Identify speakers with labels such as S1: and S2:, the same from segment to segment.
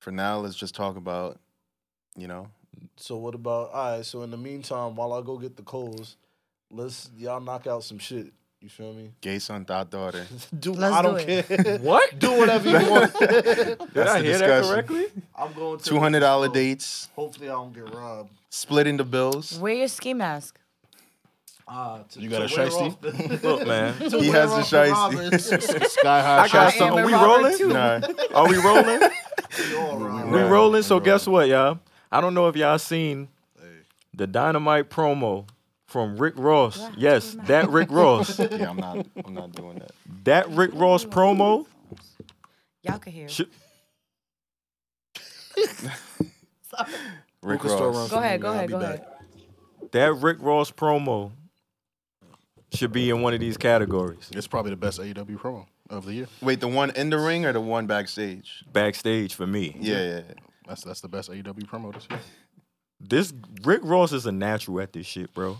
S1: For now, let's just talk about, you know,
S2: So what about all right? So in the meantime, while I go get the coals, let's y'all knock out some shit. You feel me?
S1: gay son, thought daughter.
S2: Do
S3: Let's
S2: I
S3: do
S2: don't
S3: it.
S2: care.
S4: What?
S2: do whatever you want.
S4: Did
S1: That's
S4: I
S1: the
S4: hear that
S1: discussion.
S4: correctly?
S2: I'm going to
S1: Two hundred dollar dates,
S2: Hopefully I don't get robbed.
S1: splitting the bills.
S3: Wear your ski mask.
S2: Ah, to,
S5: You got a
S2: to wear
S5: shiesty?
S2: off the-
S4: Look, man.
S2: to
S1: He
S2: wear
S1: has a
S2: off
S1: shiesty.
S2: robbers.
S5: Sky high
S4: I got
S5: shot.
S3: am
S4: something.
S3: a
S4: We
S3: robber
S4: rolling?
S3: too.
S1: Nah,
S4: Are we rolling?
S2: We all robbers.
S4: we
S1: Nah,
S4: rolling. So
S1: we
S4: guess what, y'all? I don't know if y'all seen the dynamite promo from Rick Ross.
S3: Yeah,
S4: yes,
S3: it's
S4: that Rick Ross.
S1: yeah, I'm not. I'm not doing that.
S4: that Rick Ross promo.
S3: Y'all can hear.
S4: Sh-
S1: Rick
S2: Lucas store
S1: Ross.
S2: runs
S3: Go
S2: for me,
S3: ahead, go
S2: man. I'll
S3: ahead,
S2: be
S3: go
S2: back.
S3: ahead.
S4: that Rick Ross promo should be in one of these categories.
S5: It's probably the best AEW promo of the year.
S1: Wait, the one in the ring or the one backstage?
S4: Backstage for me.
S1: Yeah, yeah. yeah.
S5: That's that's the best AEW promo this year.
S4: This Rick Ross is a natural at this shit, bro.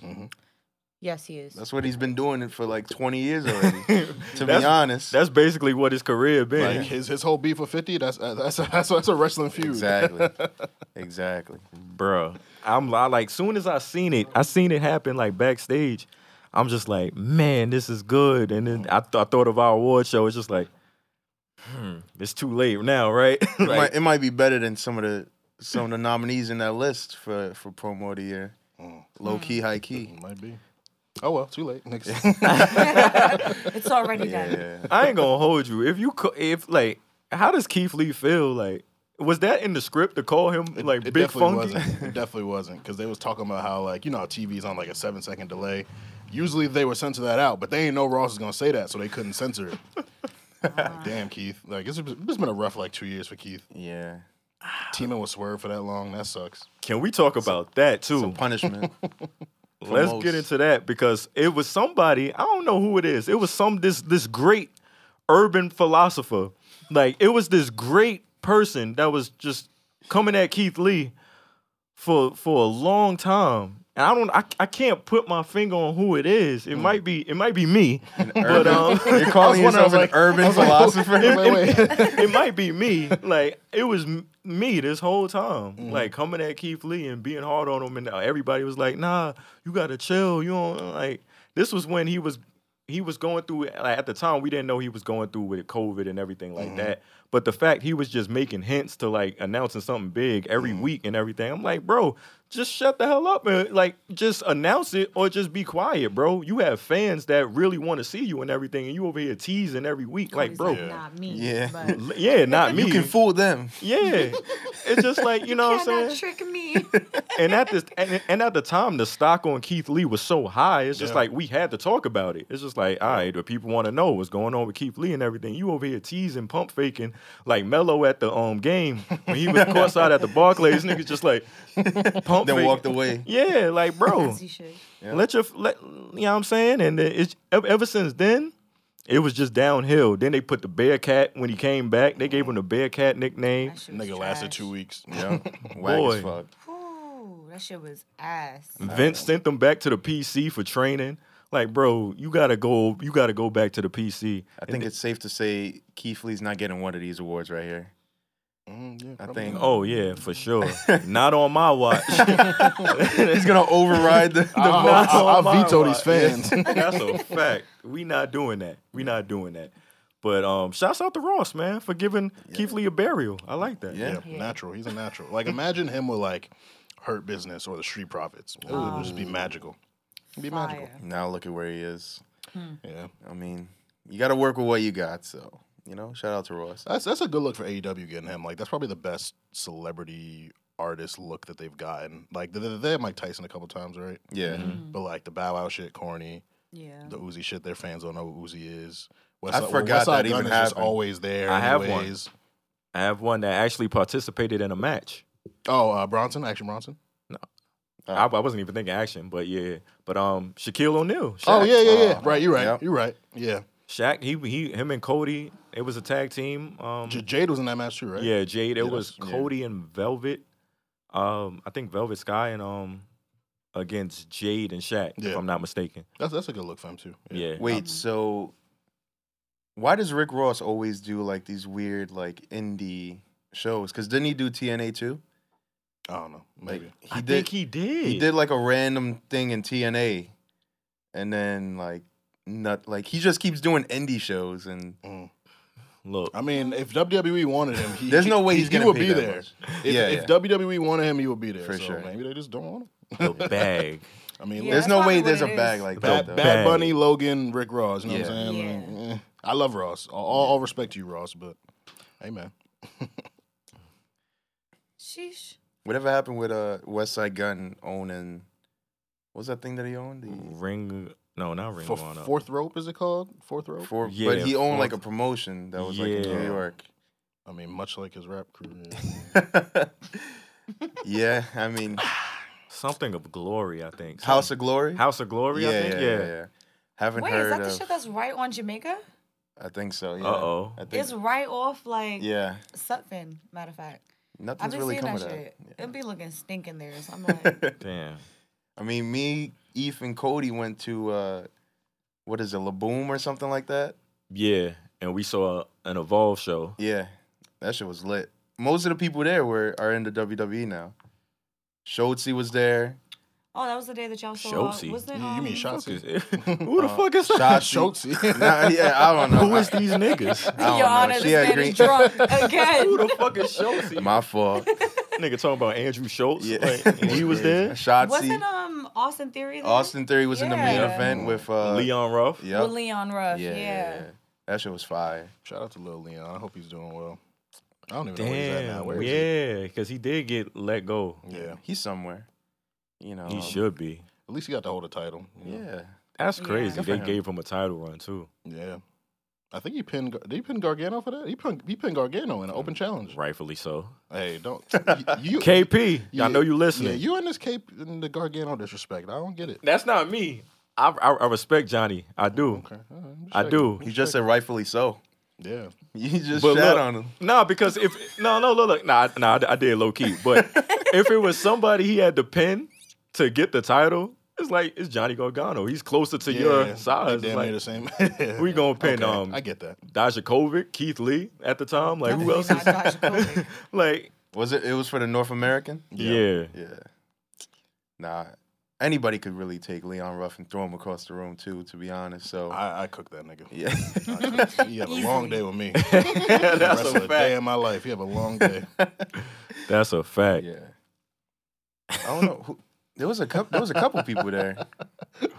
S3: Yes, he is.
S1: That's what he's been doing it for like 20 years already. to be honest,
S4: That's basically what his career been.
S5: Like his his whole beef with Fifty. That's uh, that's that's, that's a wrestling feud.
S1: exactly, exactly.
S4: Bruh. I'm li- like, soon as I seen it, I seen it happen like backstage. I'm just like, man, this is good. And then I, th- I thought of our award show. It's just like, hmm, it's too late now, right?
S1: It,
S4: Like,
S1: might, it might be better than some of the some of the nominees in that list for for promo of the year.
S4: Mm.
S1: Low key, high key.
S5: Might be. Oh well, too late. Next.
S3: It's already
S1: Yeah,
S3: done.
S1: yeah.
S4: I ain't gonna hold you. If you, co- if like, how does Keith Lee feel? Like, was that in the script to call him like
S5: it
S4: Big
S5: definitely
S4: Funky?
S5: wasn't. It definitely wasn't because they was talking about how like you know how TV's on like a seven second delay. Usually they would censor that out, but they ain't know Ross was gonna say that, so they couldn't censor it. Like, damn, Keith. Like it's, it's been a rough like two years for Keith.
S1: yeah.
S5: Teaming with Swerve for that long, that sucks.
S4: Can we talk about that too?
S1: Some punishment.
S4: Let's
S1: promotes.
S4: get into that because it was somebody, I don't know who it is. It was some this this great urban philosopher. Like it was this great person that was just coming at Keith Lee for for a long time. And I don't I, I can't put my finger on who it is. It might be it might be me. But um
S1: You're calling
S4: I was wondering, I
S1: yourself
S4: was
S1: an
S4: like-
S1: urban philosopher?
S5: wait, wait.
S4: it might be me. Like it was m- me this whole time.
S5: Mm-hmm.
S4: Like coming at Keith Lee and being hard on him, and everybody was like, "Nah, you gotta chill." You don't like. This was when he was he was going through. Like at the time, we didn't know he was going through with COVID and everything like
S5: Mm-hmm.
S4: that. But the fact he was just making hints to like announcing something big every
S5: Mm-hmm.
S4: week and everything, I'm like, bro, just shut the hell up and like just announce it or just be quiet, bro. You have fans that really want to see you and everything, and you over here teasing every week, like,
S3: He's
S4: bro.
S3: Not me.
S1: Yeah.
S3: But
S4: L- Yeah, not me.
S1: you can fool them.
S4: yeah, it's just like you know what I'm saying.
S3: trick me.
S4: And at this, and, and at the time, the stock on Keith Lee was so high. It's just like we had to talk about it. It's just like, all right, but people want to know what's going on with Keith Lee and everything. You over here teasing, pump faking, like Mello at the um game when he was courtside at the Barclays. Niggas just like pump.
S1: Then
S4: faking.
S1: walked away.
S4: Yeah, like bro,
S3: As you should.
S4: let your let you know what I'm saying. And then it's ev- ever since then, it was just downhill. Then they put the Bearcat when he came back. They gave him the Bearcat nickname.
S3: That shit was
S5: Nigga lasted
S3: trash.
S5: two weeks.
S1: Yeah. Whack
S4: Boy.
S1: as fuck.
S3: Ooh, that shit was ass.
S4: Vince sent them back to the PC for training. Like, bro, you gotta go. You gotta go back to the PC.
S1: I think it's safe to say Keith Lee's not getting one of these awards right here.
S5: Mm, yeah,
S1: I
S5: probably.
S1: think
S4: Oh yeah, for sure. Not on my watch.
S1: he's gonna override the, the
S5: I'll,
S4: votes
S5: I'll- I'll
S4: on my
S5: veto these
S4: watch.
S5: fans.
S4: That's a fact. We not doing that. We not doing that. But um, shouts out to Ross, man, for giving Keith Lee a burial. I like that.
S1: Yeah.
S5: Yeah, natural. He's a natural. Like imagine him with like Hurt Business or the Street Profits. It would just be magical. It'd be magical.
S3: Fire.
S1: Now look at where he is.
S5: Yeah,
S1: I mean, you got to work with what you got. So you know, shout out to Ross.
S5: that's that's a good look for AEW getting him. Like that's probably the best celebrity artist look that they've gotten. Like they, they they had Mike Tyson a couple times, right?
S1: Yeah,
S4: Mm-hmm.
S5: But like the Bow Wow shit, corny.
S3: Mm-hmm. Yeah.
S5: The Uzi shit, their fans don't know what Uzi is. West
S1: I
S5: Side-
S1: forgot
S5: West Side
S1: that
S5: Gun
S1: even
S5: is just
S1: happened.
S5: always there.
S4: I have one.
S5: anyways.
S4: I have one that actually participated in a match.
S5: Oh, uh, Bronson, Action Bronson.
S1: Uh,
S4: I,
S1: Uh-huh.
S4: I wasn't even thinking action, but yeah. But um, Shaquille O'Neal.
S5: Oh
S4: Shaq.
S5: yeah, yeah, yeah. right, you're right.
S1: Yep.
S5: You're right. Yeah,
S4: Shaq. He he. Him and Cody. It was a tag team. Um,
S5: J- Jade was in that match too, right?
S4: Yeah, Jade. It
S5: Yeah,
S4: was
S5: that's- yeah.
S4: Cody and Velvet. Um, I think Velvet Sky and um against Jade and Shaq, if
S5: Yeah.
S4: I'm not mistaken.
S5: that's that's a good look for him too.
S4: Yeah.
S5: Um,
S1: Wait, so why does Rick Ross always do like these weird like indie shows. Cause didn't he do TNA too?
S5: I don't know.
S1: Like
S5: Maybe.
S1: he
S4: I
S1: did.
S4: think he did.
S1: he did like a random thing in TNA, and then like not like he just keeps doing indie shows and
S4: Look,
S5: Mm. I mean, if WWE wanted him, he,
S1: There's no way
S5: he-
S1: he's
S5: he
S1: gonna
S5: would
S1: pay
S5: be
S1: that
S5: there.
S1: much.
S5: If,
S1: Yeah,
S5: if
S1: yeah.
S5: WWE wanted him, he would be there.
S1: For
S5: so
S1: sure.
S5: maybe they just don't want him.
S4: the bag.
S5: I mean,
S3: Yeah,
S5: look,
S1: there's no
S3: probably
S1: way
S3: what
S1: there's a
S3: it
S1: bag
S3: is.
S1: like
S5: Bad,
S1: that. Though.
S5: Bad
S4: Bang.
S5: Bunny, Logan, Rick Ross. You know what I'm
S3: Yeah.
S5: saying? Like, eh, I love Ross. All, all all respect to you, Ross. But hey, man,
S3: Sheesh.
S1: Whatever happened with uh West Side Gun owning what was that thing that he owned? The
S4: Ring. No, not ring.
S5: For
S4: one up.
S5: fourth rope is it called? Fourth rope.
S1: four,
S4: Yeah,
S1: but he owned like a
S4: fourth-
S1: promotion that was like in
S4: Yeah.
S1: New York.
S5: I mean, much like his rap career.
S1: yeah, I mean
S4: Something of glory, I think.
S1: House of Glory.
S4: House of Glory,
S1: yeah,
S4: I think.
S1: yeah,
S4: Yeah.
S1: yeah, yeah. Haven't
S3: Wait, is
S1: heard
S3: that the
S1: of.
S3: shit that's right on Jamaica?
S1: I think so. Yeah.
S4: Uh-oh.
S1: I think,
S3: It's right off like
S1: yeah.
S3: something. Matter of fact, I've
S1: Nothing's
S3: been
S1: really
S3: seeing
S1: come
S3: that
S1: of
S3: shit.
S1: that.
S3: It'll be looking stinking there. So I'm like,
S4: Damn.
S1: I mean, me, Eve, and Cody went to uh, what is it, Laboom or something like that.
S4: Yeah. And we saw an Evolve show.
S1: Yeah, that shit was lit. Most of the people there were are in the WWE now. Shotzi was there.
S3: oh, that was the day that y'all saw.
S4: Shotzi.
S3: Wasn't it,
S5: You- you mean
S3: um,
S5: Shotzi?
S4: Who
S1: Uh-huh.
S4: the fuck is that?
S1: Shotzi. Nah, yeah, I don't know.
S4: Who is these niggas?
S1: I don't
S3: Your
S1: know.
S3: Honor,
S1: She
S3: this
S1: had
S3: man is drunk again.
S4: Who the fuck is Schultz?
S1: My fault.
S4: Nigga talking about Andrew Schultz.
S1: Yeah,
S4: Like, and he was there.
S1: Shotzi.
S3: Wasn't um Austin Theory there?
S1: Austin Theory was in the main
S3: Yeah.
S4: Mm-hmm.
S1: event with uh,
S4: Leon Ruff.
S1: Yep.
S3: with Leon Ruff. Yeah.
S1: yeah, That shit was fire.
S5: Shout out to Lil Leon. I hope he's doing well. I don't even know where he's at now.
S4: Damn.
S5: Where is
S4: Yeah, because he did get let go.
S5: he? Yeah.
S1: He's somewhere. You know. Um,
S4: He should be.
S5: At least he got to hold a title. you know?
S1: Yeah.
S4: That's
S3: Yeah.
S4: crazy.
S1: Good for
S4: They
S1: him.
S4: gave him a title run too.
S5: Yeah. I think he pinned. Gar- Did he pin Gargano for that? He pinned. He pinned Gargano in an open challenge.
S4: Rightfully so.
S5: Hey, don't you.
S4: KP,
S5: Yeah,
S4: I know you
S5: yeah,
S4: listening.
S5: you and this cape and the Gargano disrespect. I don't get it.
S4: That's not me. I, I, I respect Johnny. I do.
S5: Okay. all right, I'm just
S4: I
S5: checking.
S4: do.
S1: He just said rightfully so.
S5: Yeah.
S1: You just
S4: But
S1: shat
S4: look,
S1: on him.
S4: Nah, because if no, no, look, look, nah, nah, I d- I, did low key. But if it was somebody he had to pin to get the title, it's like it's Johnny Gargano. He's closer to
S5: yeah, they
S4: your size.
S5: Damn
S4: It's
S5: near
S4: Like,
S5: the same.
S4: we gonna pin
S5: Okay,
S4: um
S5: I get that.
S4: Dijakovic, Keith Lee at the time. Like who else? Is,
S3: is?
S4: like
S1: Was it? It was for the North American.
S4: yeah.
S1: Yeah. Nah. Anybody could really take Leon Ruff and throw him across the room too. To be honest, so
S5: I, I cook that nigga.
S1: yeah.
S5: I cook- he have a long day with me.
S4: that's
S5: That's
S4: a
S5: the a day
S4: fact.
S5: in my life. He have a long day.
S4: That's a fact.
S1: yeah. I don't know. Who, there was a couple. There was a couple people there.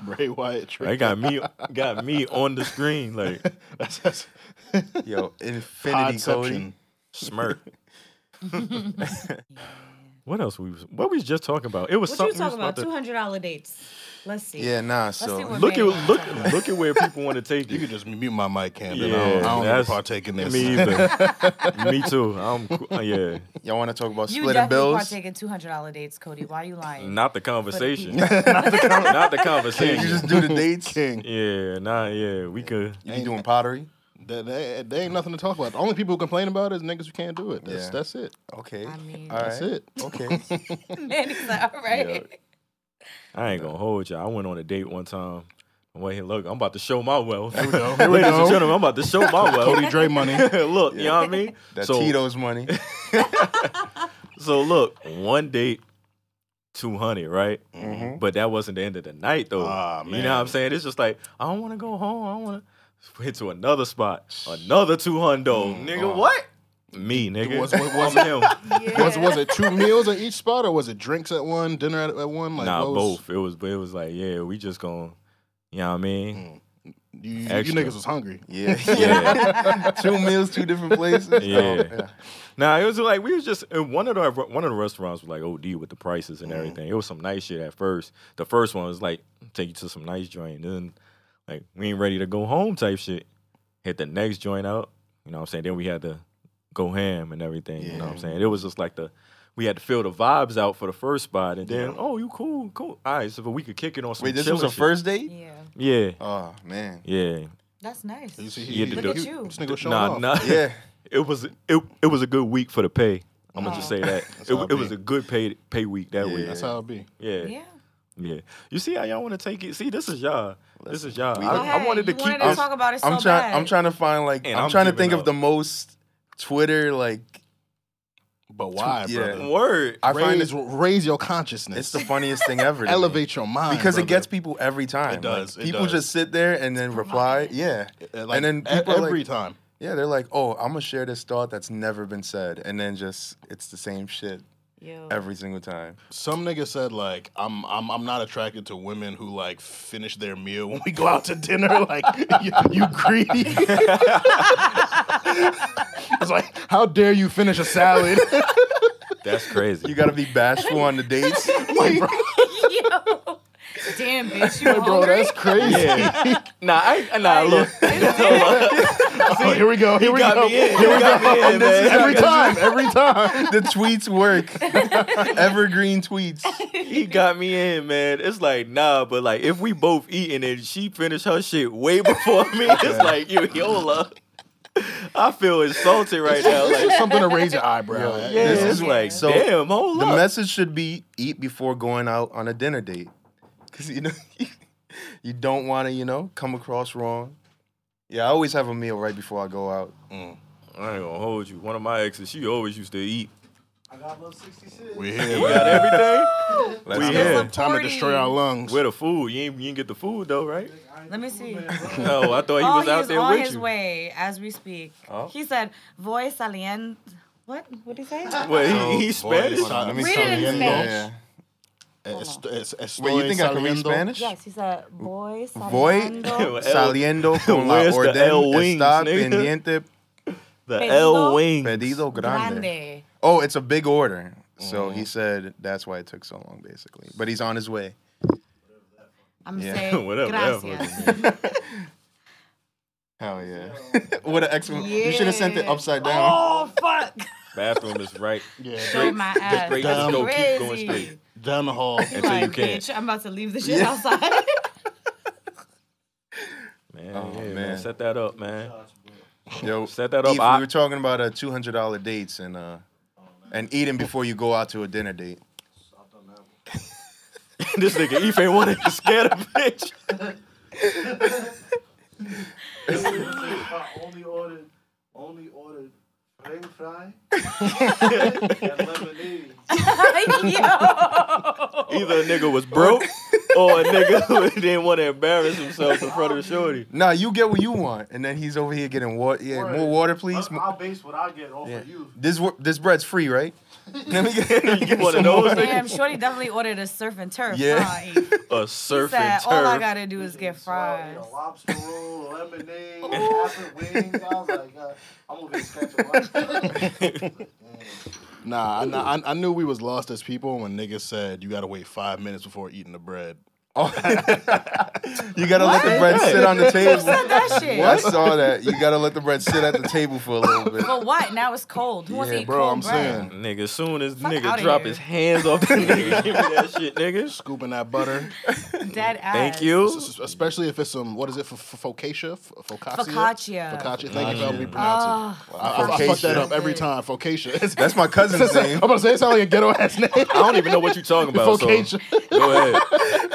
S5: Bray Wyatt.
S4: They
S5: Trick.
S4: got me, got me on the screen like
S5: That's, that's
S1: Yo, Infinity Cody.
S5: Podception.
S4: smirk. what else we was? What we was just talking about? It was
S3: What you
S4: something. we was
S3: talking about?
S4: to-
S3: Two hundred dollar dates. Let's see.
S1: Yeah, nah.
S3: see
S1: So
S3: what-
S4: look at
S3: Man,
S4: look
S3: I'm sorry.
S4: look at where people want to take
S5: You
S4: you.
S5: can just mute my mic, Camden. I don't, I don't even
S4: that's-
S5: partake in this.
S4: Me either. me too. I'm cool- yeah.
S1: y'all want to talk about
S3: You
S1: splitting
S3: definitely
S1: bills?
S3: partake in two hundred dollar dates, Cody. Why you lying?
S4: Not the conversation. not, the con- not the
S1: You
S4: conversation.
S1: just do the dates.
S5: King.
S4: Yeah, nah, yeah. We could.
S1: You be doing pottery.
S5: That, that, that ain't nothing to talk about. The only people who complain about it is niggas who can't do it. That's,
S1: Yeah.
S5: that's it.
S1: Okay.
S3: I mean-
S1: All right.
S5: That's it.
S1: Okay.
S3: Man, he's like, all right.
S4: I ain't gonna hold you. I went on a date one time. I'm like, hey, look, I'm about to show my wealth. Here we
S5: go. Here we
S4: Ladies and
S5: go.
S4: gentlemen, I'm about to show my
S5: Cody
S4: wealth.
S5: Dre money.
S4: look, you know what I mean?
S1: That
S4: so,
S1: Tito's money.
S4: so look, one date, 200, right?
S1: Mm-hmm.
S4: But that wasn't the end of the night, though.
S5: Mm-hmm. Ah,
S4: You
S5: man.
S4: know what I'm saying? It's just like, I don't wanna go home. I wanna hit to another spot, another 200.
S5: Mm-hmm.
S4: Nigga,
S5: Oh.
S4: what? Me, nigga.
S5: Was- was- was-
S4: I'm him.
S3: Yeah.
S5: Was was it two meals at each spot, or was it drinks at one, dinner at, at one? Like
S4: nah,
S5: what was-
S4: both. It was, but it was like, yeah, we just gonna, you know what I mean?
S5: You, you
S4: Extra.
S5: niggas was hungry.
S1: Yeah.
S4: Yeah,
S1: two meals, two different places. Oh,
S4: Yeah. nah, it was like we was just in one of the one of the restaurants was like OD with the prices
S1: Mm-hmm.
S4: and everything. It was some nice shit at first. The first one was like take you to some nice joint, then like we ain't ready to go home type shit. Hit the next joint out, you know what I'm saying? Then we had to go ham and everything. You know what I'm saying? It was just like the we had to feel the vibes out for the first spot, and then oh, you cool, cool. All right, so but we could kick it on some.
S1: Wait, this was
S4: chiller
S1: a first date?
S3: Yeah,
S4: shit. Yeah,
S1: Oh man.
S4: yeah.
S3: that's nice.
S5: You see,
S4: You had
S5: he,
S4: to
S5: he-
S4: do- Look
S3: at
S5: he-
S3: you.
S5: This nigga was showing
S4: Nah,
S5: off.
S4: nah.
S1: Yeah.
S4: It was it, it was a good week for the pay. I'm gonna just
S3: Oh.
S4: say that it,
S5: how it
S4: it was
S5: be.
S4: a good pay pay week that week.
S5: That's how it be.
S4: Yeah,
S3: yeah.
S4: yeah, You see how y'all want to take it? See, this is y'all. This is y'all.
S1: we-
S4: I,
S3: Go ahead.
S4: I wanted to
S3: you
S4: keep
S3: wanted
S4: this.
S3: to talk about it so
S1: I'm trying.
S3: bad.
S1: I'm trying to find like.
S4: And
S1: I'm,
S4: I'm
S1: trying to
S4: giving
S1: think
S4: up.
S1: of the most Twitter like
S5: But why,
S1: Yeah.
S5: brother?
S4: Word.
S1: I find it's,
S5: Raise, raise your consciousness.
S1: it's the funniest thing ever. to me.
S5: Elevate your mind.
S1: because it
S5: brother.
S1: gets people every time. Like,
S5: does, it
S1: people
S5: does.
S1: just sit there and then reply. Yeah.
S5: Uh, like,
S1: and then
S5: e-
S1: people are
S5: every
S1: like,
S5: time.
S1: yeah, they're like, oh, I'm gonna share this thought that's never been said, and then just it's the same shit
S3: Yo.
S1: every single time.
S5: Some nigga said like I'm I'm I'm not attracted to women who like finish their meal when we go out to dinner. Like you, you greedy. it's like how dare you finish a salad?
S4: That's crazy.
S1: You gotta be bashful on the dates.
S5: like, bro,
S3: Yo. Damn, bitch, you
S5: bro,
S3: hungry?
S5: that's crazy.
S4: nah, I nah look.
S5: Oh, here we go. Here we
S4: got
S5: go.
S4: me in.
S5: Here
S4: He
S5: we
S4: got
S5: go.
S4: me in,
S5: This is
S4: man.
S5: every time. Every time.
S1: the tweets work. Evergreen tweets.
S4: He got me in, man. It's like nah, but like if we both eating and she finished her shit way before me, it's like yo, yola. I feel insulted right now. Like
S5: Something to raise your eyebrow. at.
S4: yeah,
S1: This
S4: it's
S1: is-
S4: like
S1: so
S4: damn, hold
S1: The
S4: up.
S1: message should be eat before going out on a dinner date. Cause you know you don't wanna, you know, come across wrong. Yeah, I always have a meal right before I go out.
S4: I ain't gonna hold you. One of my exes, she always used to eat.
S2: I got little 66.
S5: We're here.
S4: Got
S5: man.
S4: everything.
S1: Let's
S4: We
S1: go.
S4: here.
S5: Time to destroy our lungs.
S4: Where the food? You ain't, you ain't get the food though, right?
S3: Let me see.
S4: No, I thought he
S3: oh,
S4: was
S3: he
S4: out
S3: was
S4: there
S3: on
S4: with
S3: his
S4: you.
S3: way as we speak. He said, "Voy saliendo." What? What did he say?
S4: Wait,
S5: So,
S4: he, he
S5: boy,
S4: Spanish?
S5: it's not-
S1: Let me
S3: Read
S1: tell
S3: it in
S1: you.
S3: Spanish.
S1: Yeah.
S5: Es- es- estoy
S1: Wait, you think I can read
S5: saliendo.
S1: Spanish?
S3: yes, he said, "Voy
S1: Voy
S3: saliendo."
S1: saliendo con la
S4: Where's the L
S1: orden
S4: wings,
S1: está
S4: nigga?
S1: pendiente
S4: The
S3: Pedido.
S4: L wing.
S1: pedido grande.
S3: Grande.
S1: Oh, it's a big order. So
S4: Mm.
S1: he said that's why it took so long, basically. But he's on his way.
S3: I'm
S1: Yeah.
S3: saying
S4: Whatever that
S3: gracias.
S1: Hell yeah! what an excellent! You should have sent it
S3: Yeah.
S1: upside down.
S3: oh fuck!
S4: Bathroom is right.
S5: Yeah,
S3: Show my ass.
S4: straight,
S5: just
S4: go, keep
S3: Crazy.
S4: going straight.
S5: down the hall.
S3: He
S4: Until you
S3: like,
S4: can't.
S3: bitch, I'm about to leave the shit outside.
S4: Man,
S1: Oh,
S4: yeah, man.
S1: man.
S4: Set that up, man.
S1: Yo,
S4: Set that up,
S1: Eve,
S4: I-
S1: we were talking about uh, two hundred dollar dates and uh, and eating before you go out to a dinner date.
S4: this nigga Eve ain't wanted to scare the bitch.
S2: I only ordered, only ordered french fry and lemonade.
S3: Yo.
S4: Either a nigga was broke or a nigga who didn't want to embarrass himself in front of the shorty.
S1: Nah, you get what you want, and then he's over here getting water. Yeah,
S2: Word.
S1: more water, please. Mo-
S2: base what I get off
S1: yeah. This wor- this bread's free, right? Let me get,
S4: You want to know what's nigga?
S3: Damn, Shorty definitely ordered a surf and turf.
S1: Yeah.
S3: huh, Eve?
S4: A
S3: He
S4: surf
S3: said,
S4: and
S3: all I
S4: turf.
S3: gotta do is get fries.
S2: lobster roll, lemonade, apple wings. I was like, uh, I'm gonna be sketchy.
S5: Nah, I, nah, I, I knew we was lost as people when niggas said you gotta wait five minutes before eating the bread.
S1: Oh. you gotta let the bread sit on the table.
S3: That shit.
S1: I saw that. You gotta let the bread sit at the table for a little bit.
S3: But what? Now it's cold. Who wants to
S1: Yeah,
S3: eat
S5: Bro,
S3: cold
S5: I'm
S3: bread?
S5: saying
S4: Nigga, as soon as
S3: Fuck
S4: nigga
S3: outta
S4: drop
S3: here.
S4: his hands off the nigga, give me that shit, nigga.
S5: scooping that butter,
S3: Dead ass.
S4: Thank you.
S5: s- s- especially if it's some what is it for focaccia, F- focaccia,
S3: Focaccia.
S5: focaccia. Thank you for helping me pronounce
S3: Oh,
S5: it. I, I, I fuck that
S1: Focaccia.
S5: up every time. Focaccia.
S1: That's my cousin's
S5: I'm
S1: name.
S5: gonna say it sounds like a ghetto ass name.
S4: I don't even know what you're talking about. So
S5: Focaccia.
S4: go ahead.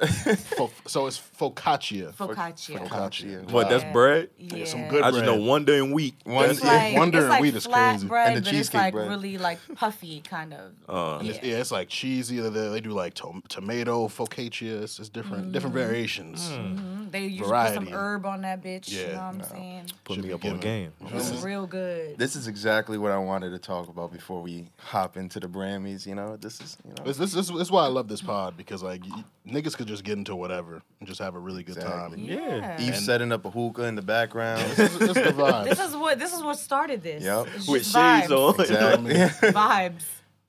S5: Fo- so it's focaccia.
S3: focaccia.
S5: Focaccia.
S1: Wow.
S4: What? That's
S3: Yeah.
S4: bread.
S3: Yeah.
S5: Some good
S4: I just
S5: bread.
S4: know one day in week.
S1: One
S4: That's
S3: It's
S1: day.
S4: it.
S3: like,
S5: Wonder
S3: it's
S5: and
S3: like
S5: wheat is
S3: flat
S5: crazy.
S3: bread,
S1: And the
S3: but it's
S1: cheesecake
S3: like
S1: bread.
S3: really like puffy kind of.
S4: Uh,
S5: It's- yeah. it's like cheesy. They, they do like to- tomato focaccia. It's, it's different, different variations.
S3: Mm, They usually put
S5: Variety.
S3: some herb on that bitch. you
S5: Yeah.
S3: know what I'm saying?
S4: put
S5: Should
S4: me
S5: be
S4: up on
S5: given.
S4: game.
S3: It's real good.
S1: This is exactly what I wanted to talk about before we hop into the Grammys. You know, this is you know
S5: This, this, this, this is why I love this pod because like y- niggas could just get into whatever and just have a really good
S1: Exactly.
S5: time.
S4: Yeah.
S1: Eve setting up a hookah in the background.
S5: This, is- this is the vibe.
S3: This is what this is what started this.
S1: Yep.
S3: It's
S4: With
S3: just
S4: shades
S3: vibes.
S4: on.
S1: exactly.
S3: Vibes.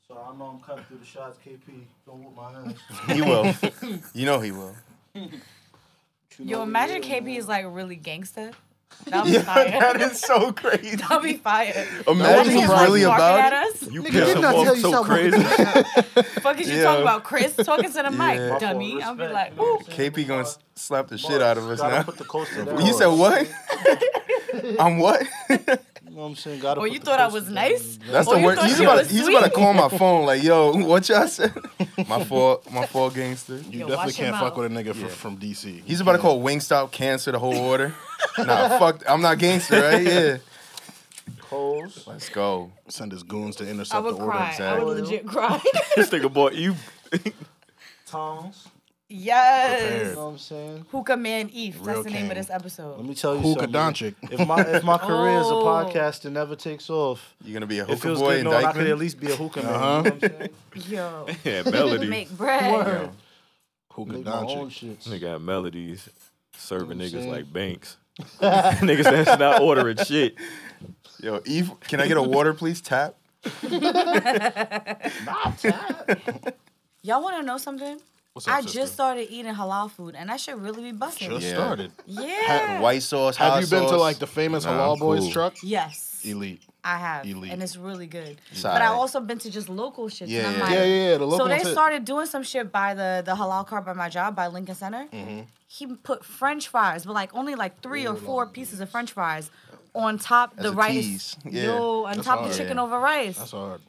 S2: So I know I'm cutting through the shots, KP. Don't whoop my ass.
S1: he will. You know he will.
S2: You
S3: Yo,
S2: know
S3: imagine
S2: we real,
S3: KB
S2: man.
S3: is like really gangster. That'll be fire.
S1: is so crazy.
S3: That'll be fire.
S1: Imagine
S5: That
S1: he's
S5: was surprising.
S1: really
S3: barking
S1: about it.
S3: at us.
S4: You
S5: Nigga,
S4: piss him
S5: didn't I tell
S4: off
S5: you
S4: so
S5: something?
S4: crazy.
S3: Fuck is you
S1: Yeah.
S3: talking about? Chris talking to the
S1: Yeah.
S3: mic,
S1: My
S3: dummy.
S2: fault,
S3: I'll be
S2: respect.
S3: like, ooh.
S1: KP gonna s- slap the shit
S2: Boss,
S1: out of us
S2: gotta
S1: now.
S2: Put the coaster down.
S1: You said what? I'm what?
S2: You know what I'm saying? Gotta
S3: Or
S2: put
S3: you
S2: the
S3: thought I
S2: coaster
S3: was
S2: down.
S3: nice?
S1: That's
S3: Or
S1: the
S3: Oh, you
S1: word.
S3: thought
S1: He's
S3: you
S1: about,
S3: was
S1: he's about to
S3: sweet?
S1: call my phone like, yo, what y'all said? My fault, my fault, gangster.
S5: You
S3: Yo,
S5: definitely
S3: watch your
S5: can't fuck
S3: mouth.
S5: with a nigga from, from DC.
S1: He's about to call Wingstop, cancel the whole order. nah, fuck, I'm not gangster, right? Yeah.
S2: Coles.
S1: Let's go.
S5: Send his goons to
S6: I
S5: intercept the
S6: would
S5: order.
S6: cry. I would
S2: Exactly.
S6: legit cry.
S4: this nigga boy, you
S2: Tom's.
S6: yes.
S2: You know what I'm saying?
S6: Hookah Man Eve. That's
S5: Real
S6: the name of
S5: king.
S6: this
S2: Let
S6: episode.
S2: me tell you
S5: Hookah
S2: something.
S5: Doncic.
S2: If my if my career as a
S6: Oh.
S2: podcaster never takes off,
S1: You're gonna be a
S2: it
S1: hooker
S2: feels
S1: boy
S2: good
S1: in
S2: knowing I could at
S1: Dykeman.
S2: least be a hookah man. You know
S5: Uh-huh.
S2: what I'm saying?
S6: Yo.
S4: yeah, melodies.
S3: Make bread.
S2: Word.
S5: Hookah
S2: Make my own
S5: Doncic.
S2: shits.
S4: Nigga got melodies serving
S5: You know what I'm
S4: niggas
S5: saying?
S4: like banks. niggas that's not ordering shit.
S1: Yo, Eve, can I get a water, please? Tap.
S3: Y'all want to know something?
S5: What's up,
S3: I
S5: sister?
S3: just started eating halal food, and that should really be busting.
S5: Just
S1: Yeah.
S5: started.
S3: Yeah.
S1: White sauce.
S5: Have
S1: hot
S5: you been to
S1: sauce.
S5: like the famous
S4: Nah,
S5: Halal
S4: I'm
S5: Boys
S4: cool.
S5: truck?
S3: Yes,
S5: Elite.
S3: I have,
S5: Elite.
S3: and it's really good.
S1: Side.
S3: But I also been to just local shit.
S1: Yeah,
S3: and I'm
S1: yeah.
S3: like,
S5: Yeah, yeah, yeah. The local
S3: so
S5: ones
S3: they
S5: hit.
S3: started doing some shit by the the halal car by my job by Lincoln Center. He put French fries, but like only like three or four pieces of French fries on top
S1: As
S3: the
S1: a
S3: rice.
S1: tease. Yeah.
S3: Yo, on
S5: That's
S3: top
S5: hard.
S3: the chicken
S1: Yeah.
S3: over rice.
S5: That's hard.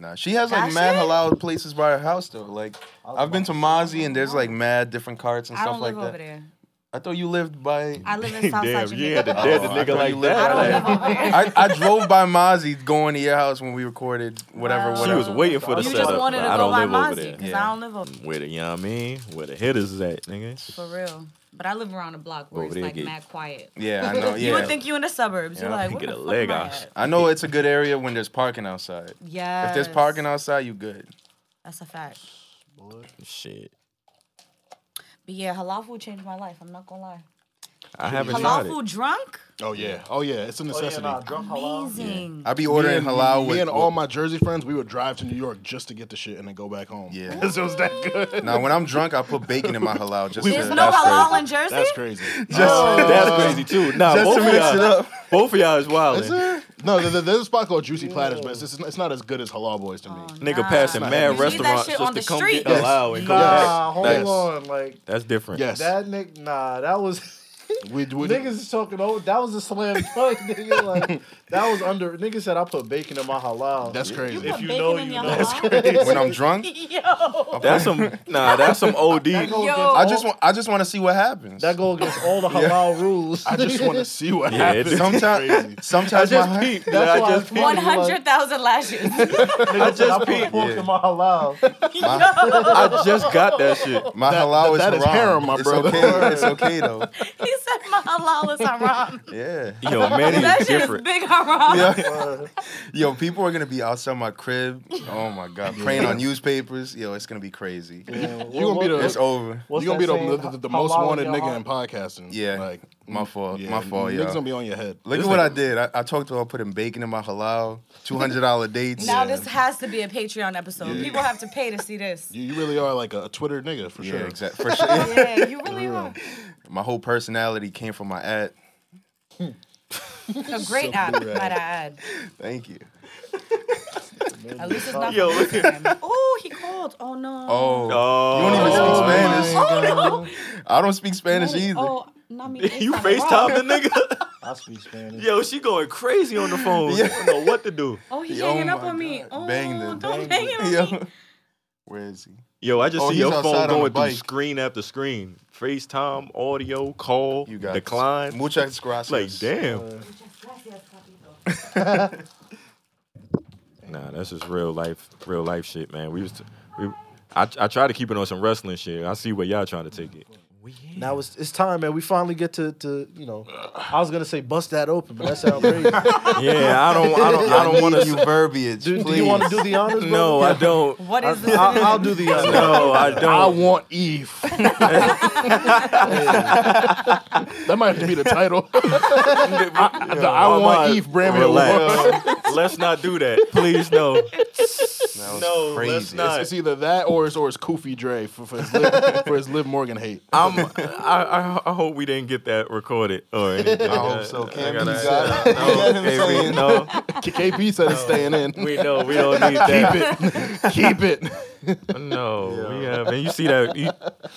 S1: Nah, she has like
S3: That
S1: mad
S3: shit?
S1: halal places by her house though. Like I've been to Mazi and there's like mad different carts and
S3: I
S1: stuff
S3: don't
S1: like
S3: live
S1: that.
S3: over there.
S1: I thought you lived by.
S3: I live in Southside
S4: Damn, you had to
S3: Jamaica.
S4: dead the
S1: Oh, I
S4: nigga
S1: thought
S4: like
S1: you lived
S4: that.
S1: by
S4: Like,
S1: that. I, I drove by Mozzie going to your house when we recorded whatever.
S3: Wow.
S4: she
S1: whatever.
S4: was waiting for the
S3: you
S4: setup.
S3: just wanted to
S4: I
S3: go
S4: don't
S3: by
S4: live
S3: Mozzie
S4: over there.
S3: because
S1: Yeah.
S3: I don't live over
S4: Where the you know what I mean? Where the hitters is at, nigga.
S3: for real. But I live around a block where
S4: Over
S3: it's
S4: there,
S3: like
S4: get-
S3: mad quiet.
S1: yeah, I know. Yeah,
S3: You would think you in the suburbs. You're
S1: Yeah.
S3: like, what
S4: Get
S3: the
S4: a
S3: fuck
S4: leg
S3: am I
S4: out.
S3: at?
S1: I know it's a good area when there's parking outside.
S3: Yes.
S1: If there's parking outside, you good.
S3: That's a fact.
S4: Shit.
S3: But yeah, halal food changed my life. I'm not gonna lie.
S4: I haven't
S3: Halal
S4: tried it.
S3: food drunk?
S5: Oh yeah. Oh yeah. It's a necessity.
S3: Amazing.
S1: I be ordering halal
S5: me
S1: with.
S5: and all my Jersey friends, we would drive to New York just to get the shit and then go back home.
S1: Yeah.
S5: 'Cause it was that good.
S1: now when I'm drunk, I put bacon in my halal. Just
S3: There's
S1: to,
S3: no
S4: that's
S3: halal
S4: crazy.
S3: in Jersey?
S5: That's crazy.
S4: That's crazy too. Nah,
S1: Oh. just
S4: both
S1: to
S4: of,
S1: mix it
S4: y'all,
S1: up.
S4: both of y'all is wildin'.
S5: no, there- there- there's a spot called Juicy Platters, but it's, it's, it's not as good as Halal Boys to me.
S4: Nigga
S3: Oh, Nah.
S4: passing
S5: You
S4: mad
S5: need that
S4: restaurants
S3: shit
S4: just
S3: on
S4: to
S3: the
S4: come
S3: street.
S4: get halal and come back.
S2: Nah, hold
S5: Yes.
S2: on. Like
S4: That's different.
S5: Yes.
S2: that nigga. Nah, that was.
S5: we, we,
S2: Niggas is talking. Oh, that was a slam dunk, nigga. Like that was under. Nigga said I put bacon in my halal.
S5: That's crazy.
S3: Put
S5: If you,
S3: bacon
S4: know,
S3: in
S4: you
S3: your
S4: know.
S3: halal?
S1: when I'm drunk,
S3: Yo.
S4: That's some nah. That's some OD.
S2: that go
S3: Yo.
S2: against
S1: I
S2: all-
S1: just want. I just want to see what happens.
S2: that go against all the halal rules.
S5: I just want to see what
S4: Yeah, it
S5: happens.
S4: is.
S5: Crazy.
S1: Sometimes,
S4: I
S1: sometimes
S4: just
S1: my
S4: peeped.
S2: That's
S4: I
S2: why I
S4: just
S2: feel
S4: peeped.
S2: like-
S3: 100,000 lashes.
S2: I just I put
S4: peeped.
S2: pork in my halal.
S4: I just got that shit.
S1: my
S5: That-
S1: halal is
S5: that is
S1: haram.
S5: haram, my
S1: it's
S5: brother.
S1: okay. It's okay though.
S3: he said my halal is haram.
S1: Yeah.
S4: Yo, Manny
S3: That
S4: is
S3: shit is
S4: different.
S3: big haram.
S1: Yo, people are gonna be outside my crib. Oh my god, praying on newspapers. Yo, it's gonna be crazy.
S5: You gonna be the-
S1: It's over.
S5: You're gonna be the, the, the, the most wanted nigga in podcasting.
S1: Yeah.
S5: Like,
S1: My fault.
S5: yeah,
S1: my fault,
S5: Niggas
S1: yo.
S5: gonna be on your head.
S1: Look at what I did. I, I talked about putting bacon in my halal, two hundred dollar dates.
S3: Now this has to be a Patreon episode. People have to pay to see this.
S5: You, you really are like a, Twitter nigga for sure.
S1: Yeah, exactly. For sure.
S3: Yeah, you really are.
S1: my whole personality came from my ad.
S3: A great app, might I add.
S1: Thank you.
S3: At least it's not
S4: Yo,
S3: Yo,
S4: look
S3: Instagram. Oh, he called. Oh no.
S1: Oh,
S4: Oh,
S1: you don't even
S5: Oh
S1: speak
S5: my
S1: Spanish.
S3: Oh,
S1: I don't speak Spanish
S3: no.
S1: either.
S3: Oh, not me.
S4: you
S3: It's not wrong.
S4: FaceTime the nigga?
S2: I speak Spanish.
S4: Yo, she going crazy on the phone.
S1: Yeah.
S4: I don't know what to do.
S3: Oh, he
S1: Yo,
S3: hanging up
S1: my
S3: on me.
S1: God.
S3: Oh,
S1: Bang them.
S3: don't
S2: Bang
S3: hang
S2: them.
S3: it on me.
S1: Yo. Where is he?
S4: Yo, I just
S1: Oh,
S4: see
S1: he's
S4: your
S1: outside
S4: phone
S1: on
S4: going
S1: the
S4: through
S1: bike.
S4: screen after screen. FaceTime, audio, call,
S1: You got this.
S4: decline.
S1: Muchas gracias.
S4: Like, damn. nah, that's just real life, real life shit, man. We used to, we, I, I try to keep it on some wrestling shit. I see where y'all trying to take it.
S2: Now it's it's time, man. We finally get to to you know. I was gonna say bust that open, but that sounds crazy.
S4: Yeah, I don't, I don't, I
S1: I
S4: don't want
S1: want
S4: to.
S1: you verbiage.
S2: Do, do
S1: please.
S2: you want to do the honors? bro?
S4: No, I don't.
S3: What is this?
S2: I'll, I'll do the honors.
S4: No, I don't.
S5: I want Eve. that might have to be the title. I, the I
S4: Oh,
S5: want
S4: my-
S5: Eve Brammy Award.
S4: Relax. let's not do that. Please, no.
S1: That was
S4: No,
S1: crazy.
S4: let's not.
S5: It's either that or it's or it's Koofy Dre for, for his Liv, for his Liv Morgan hate.
S4: I'm, I, I, I hope we didn't get that recorded or anything.
S1: I hope so. Cam,
S4: gotta-
S1: you got it.
S4: No, okay, we, no,
S5: KP said it's staying in.
S4: we know we don't need that.
S5: Keep it.
S4: No, we have, and you see that, you,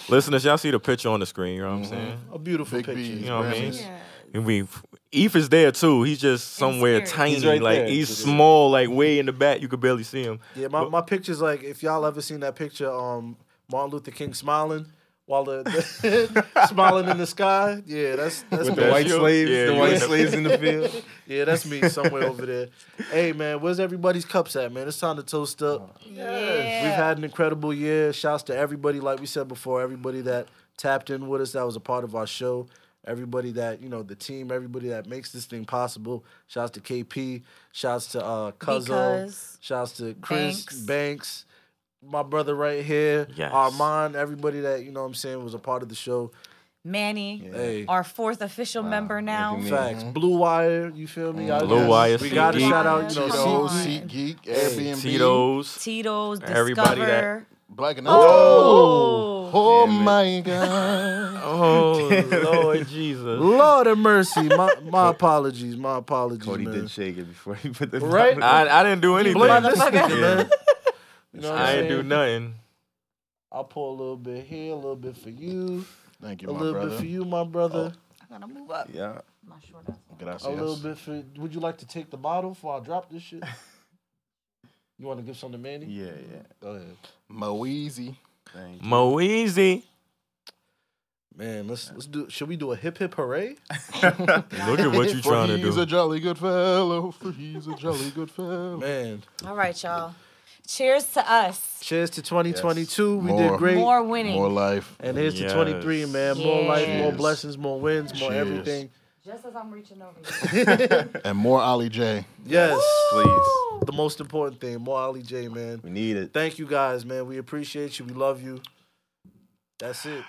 S4: listeners, y'all see the picture on the screen. You know what I'm saying?
S2: A beautiful
S5: Big
S2: picture.
S5: B.
S4: You know what I mean?
S5: Grammys.
S4: And we, Eve is there too. He's just somewhere
S3: spirit.
S4: tiny,
S1: He's right
S4: like
S1: there.
S4: he's small, like way in the back. You could barely see him.
S2: Yeah, my, my picture's like if y'all ever seen that picture, um, Martin Luther King smiling. while the, the smiling in the sky. Yeah, that's that's
S1: With
S2: me.
S1: the white
S4: you?
S1: slaves,
S4: Yeah,
S1: the
S4: you
S1: white
S4: in the-
S1: slaves in the field.
S2: Yeah, that's me somewhere over there. Hey man, where's everybody's cups at, man? It's time to toast up.
S3: Uh-huh.
S6: Yeah.
S2: We've had an incredible year. Shouts to everybody, like we said before, everybody that tapped in with us, that was a part of our show. Everybody that, you know, the team, everybody that makes this thing possible. Shouts to KP. Shouts to uh Cuzzo.
S3: Because.
S2: Shouts to Chris
S3: Banks.
S2: Banks. My brother right here,
S4: Yes.
S2: Armand, everybody that, you know what I'm saying, was a part of the show.
S3: Manny,
S2: Hey.
S3: our fourth official member now.
S1: me.
S2: Facts. Blue Wire, you feel me? I-
S4: Blue Wire,
S2: We
S4: Seat
S2: got to
S4: Geek.
S2: shout out, you know,
S3: Come
S2: Seat
S3: on.
S5: Cheetos, Seat Geek, Airbnb,
S4: Tito's.
S3: Tito's, Discover.
S4: Everybody that-
S5: Black and
S3: Oh.
S5: Oh
S1: Damn it.
S5: my god!
S4: Oh Lord Jesus.
S2: Lord of mercy. My, my apologies. My apologies,
S1: Cody
S2: man.
S1: did shake it before he put the
S2: Right?
S4: I, I didn't do anything.
S2: Blame this nigga,
S4: Yeah.
S2: man. You know what
S4: I
S2: I'm
S4: didn't do
S2: saying?
S4: nothing.
S2: I'll pour a little bit here, a little bit for you,
S5: Thank you,
S2: a
S5: my
S2: little
S5: brother.
S2: bit for you, my brother,
S3: I'm gonna move up.
S1: Yeah.
S3: My short ass.
S5: Gracias.
S2: a little bit for. Would you like to take the bottle before I drop this shit? You want to give some to Manny?
S1: Yeah, yeah.
S2: Go ahead.
S5: Moeezy.
S1: Thank you.
S4: Moeezy.
S2: Man, let's let's do. Should we do a hip hip hooray?
S4: Look at what you
S5: For
S4: trying to
S5: he's a
S4: do.
S5: jolly good fellow. For he's a jolly good fellow.
S2: Man,
S3: All right, y'all. Cheers to us.
S2: cheers to 2022. We did
S5: More.
S2: great.
S3: More winning.
S5: More life.
S2: And here's
S4: Yes.
S2: to 23, man. More life, more
S5: Cheers.
S2: blessings, more wins, more
S5: Cheers.
S2: everything.
S3: Just as I'm reaching over
S5: And more Ali J.
S2: Yes.
S1: Please.
S2: The most important thing, more Ali J, man.
S1: We need it.
S2: Thank you guys, man. We appreciate you. We love you. That's it.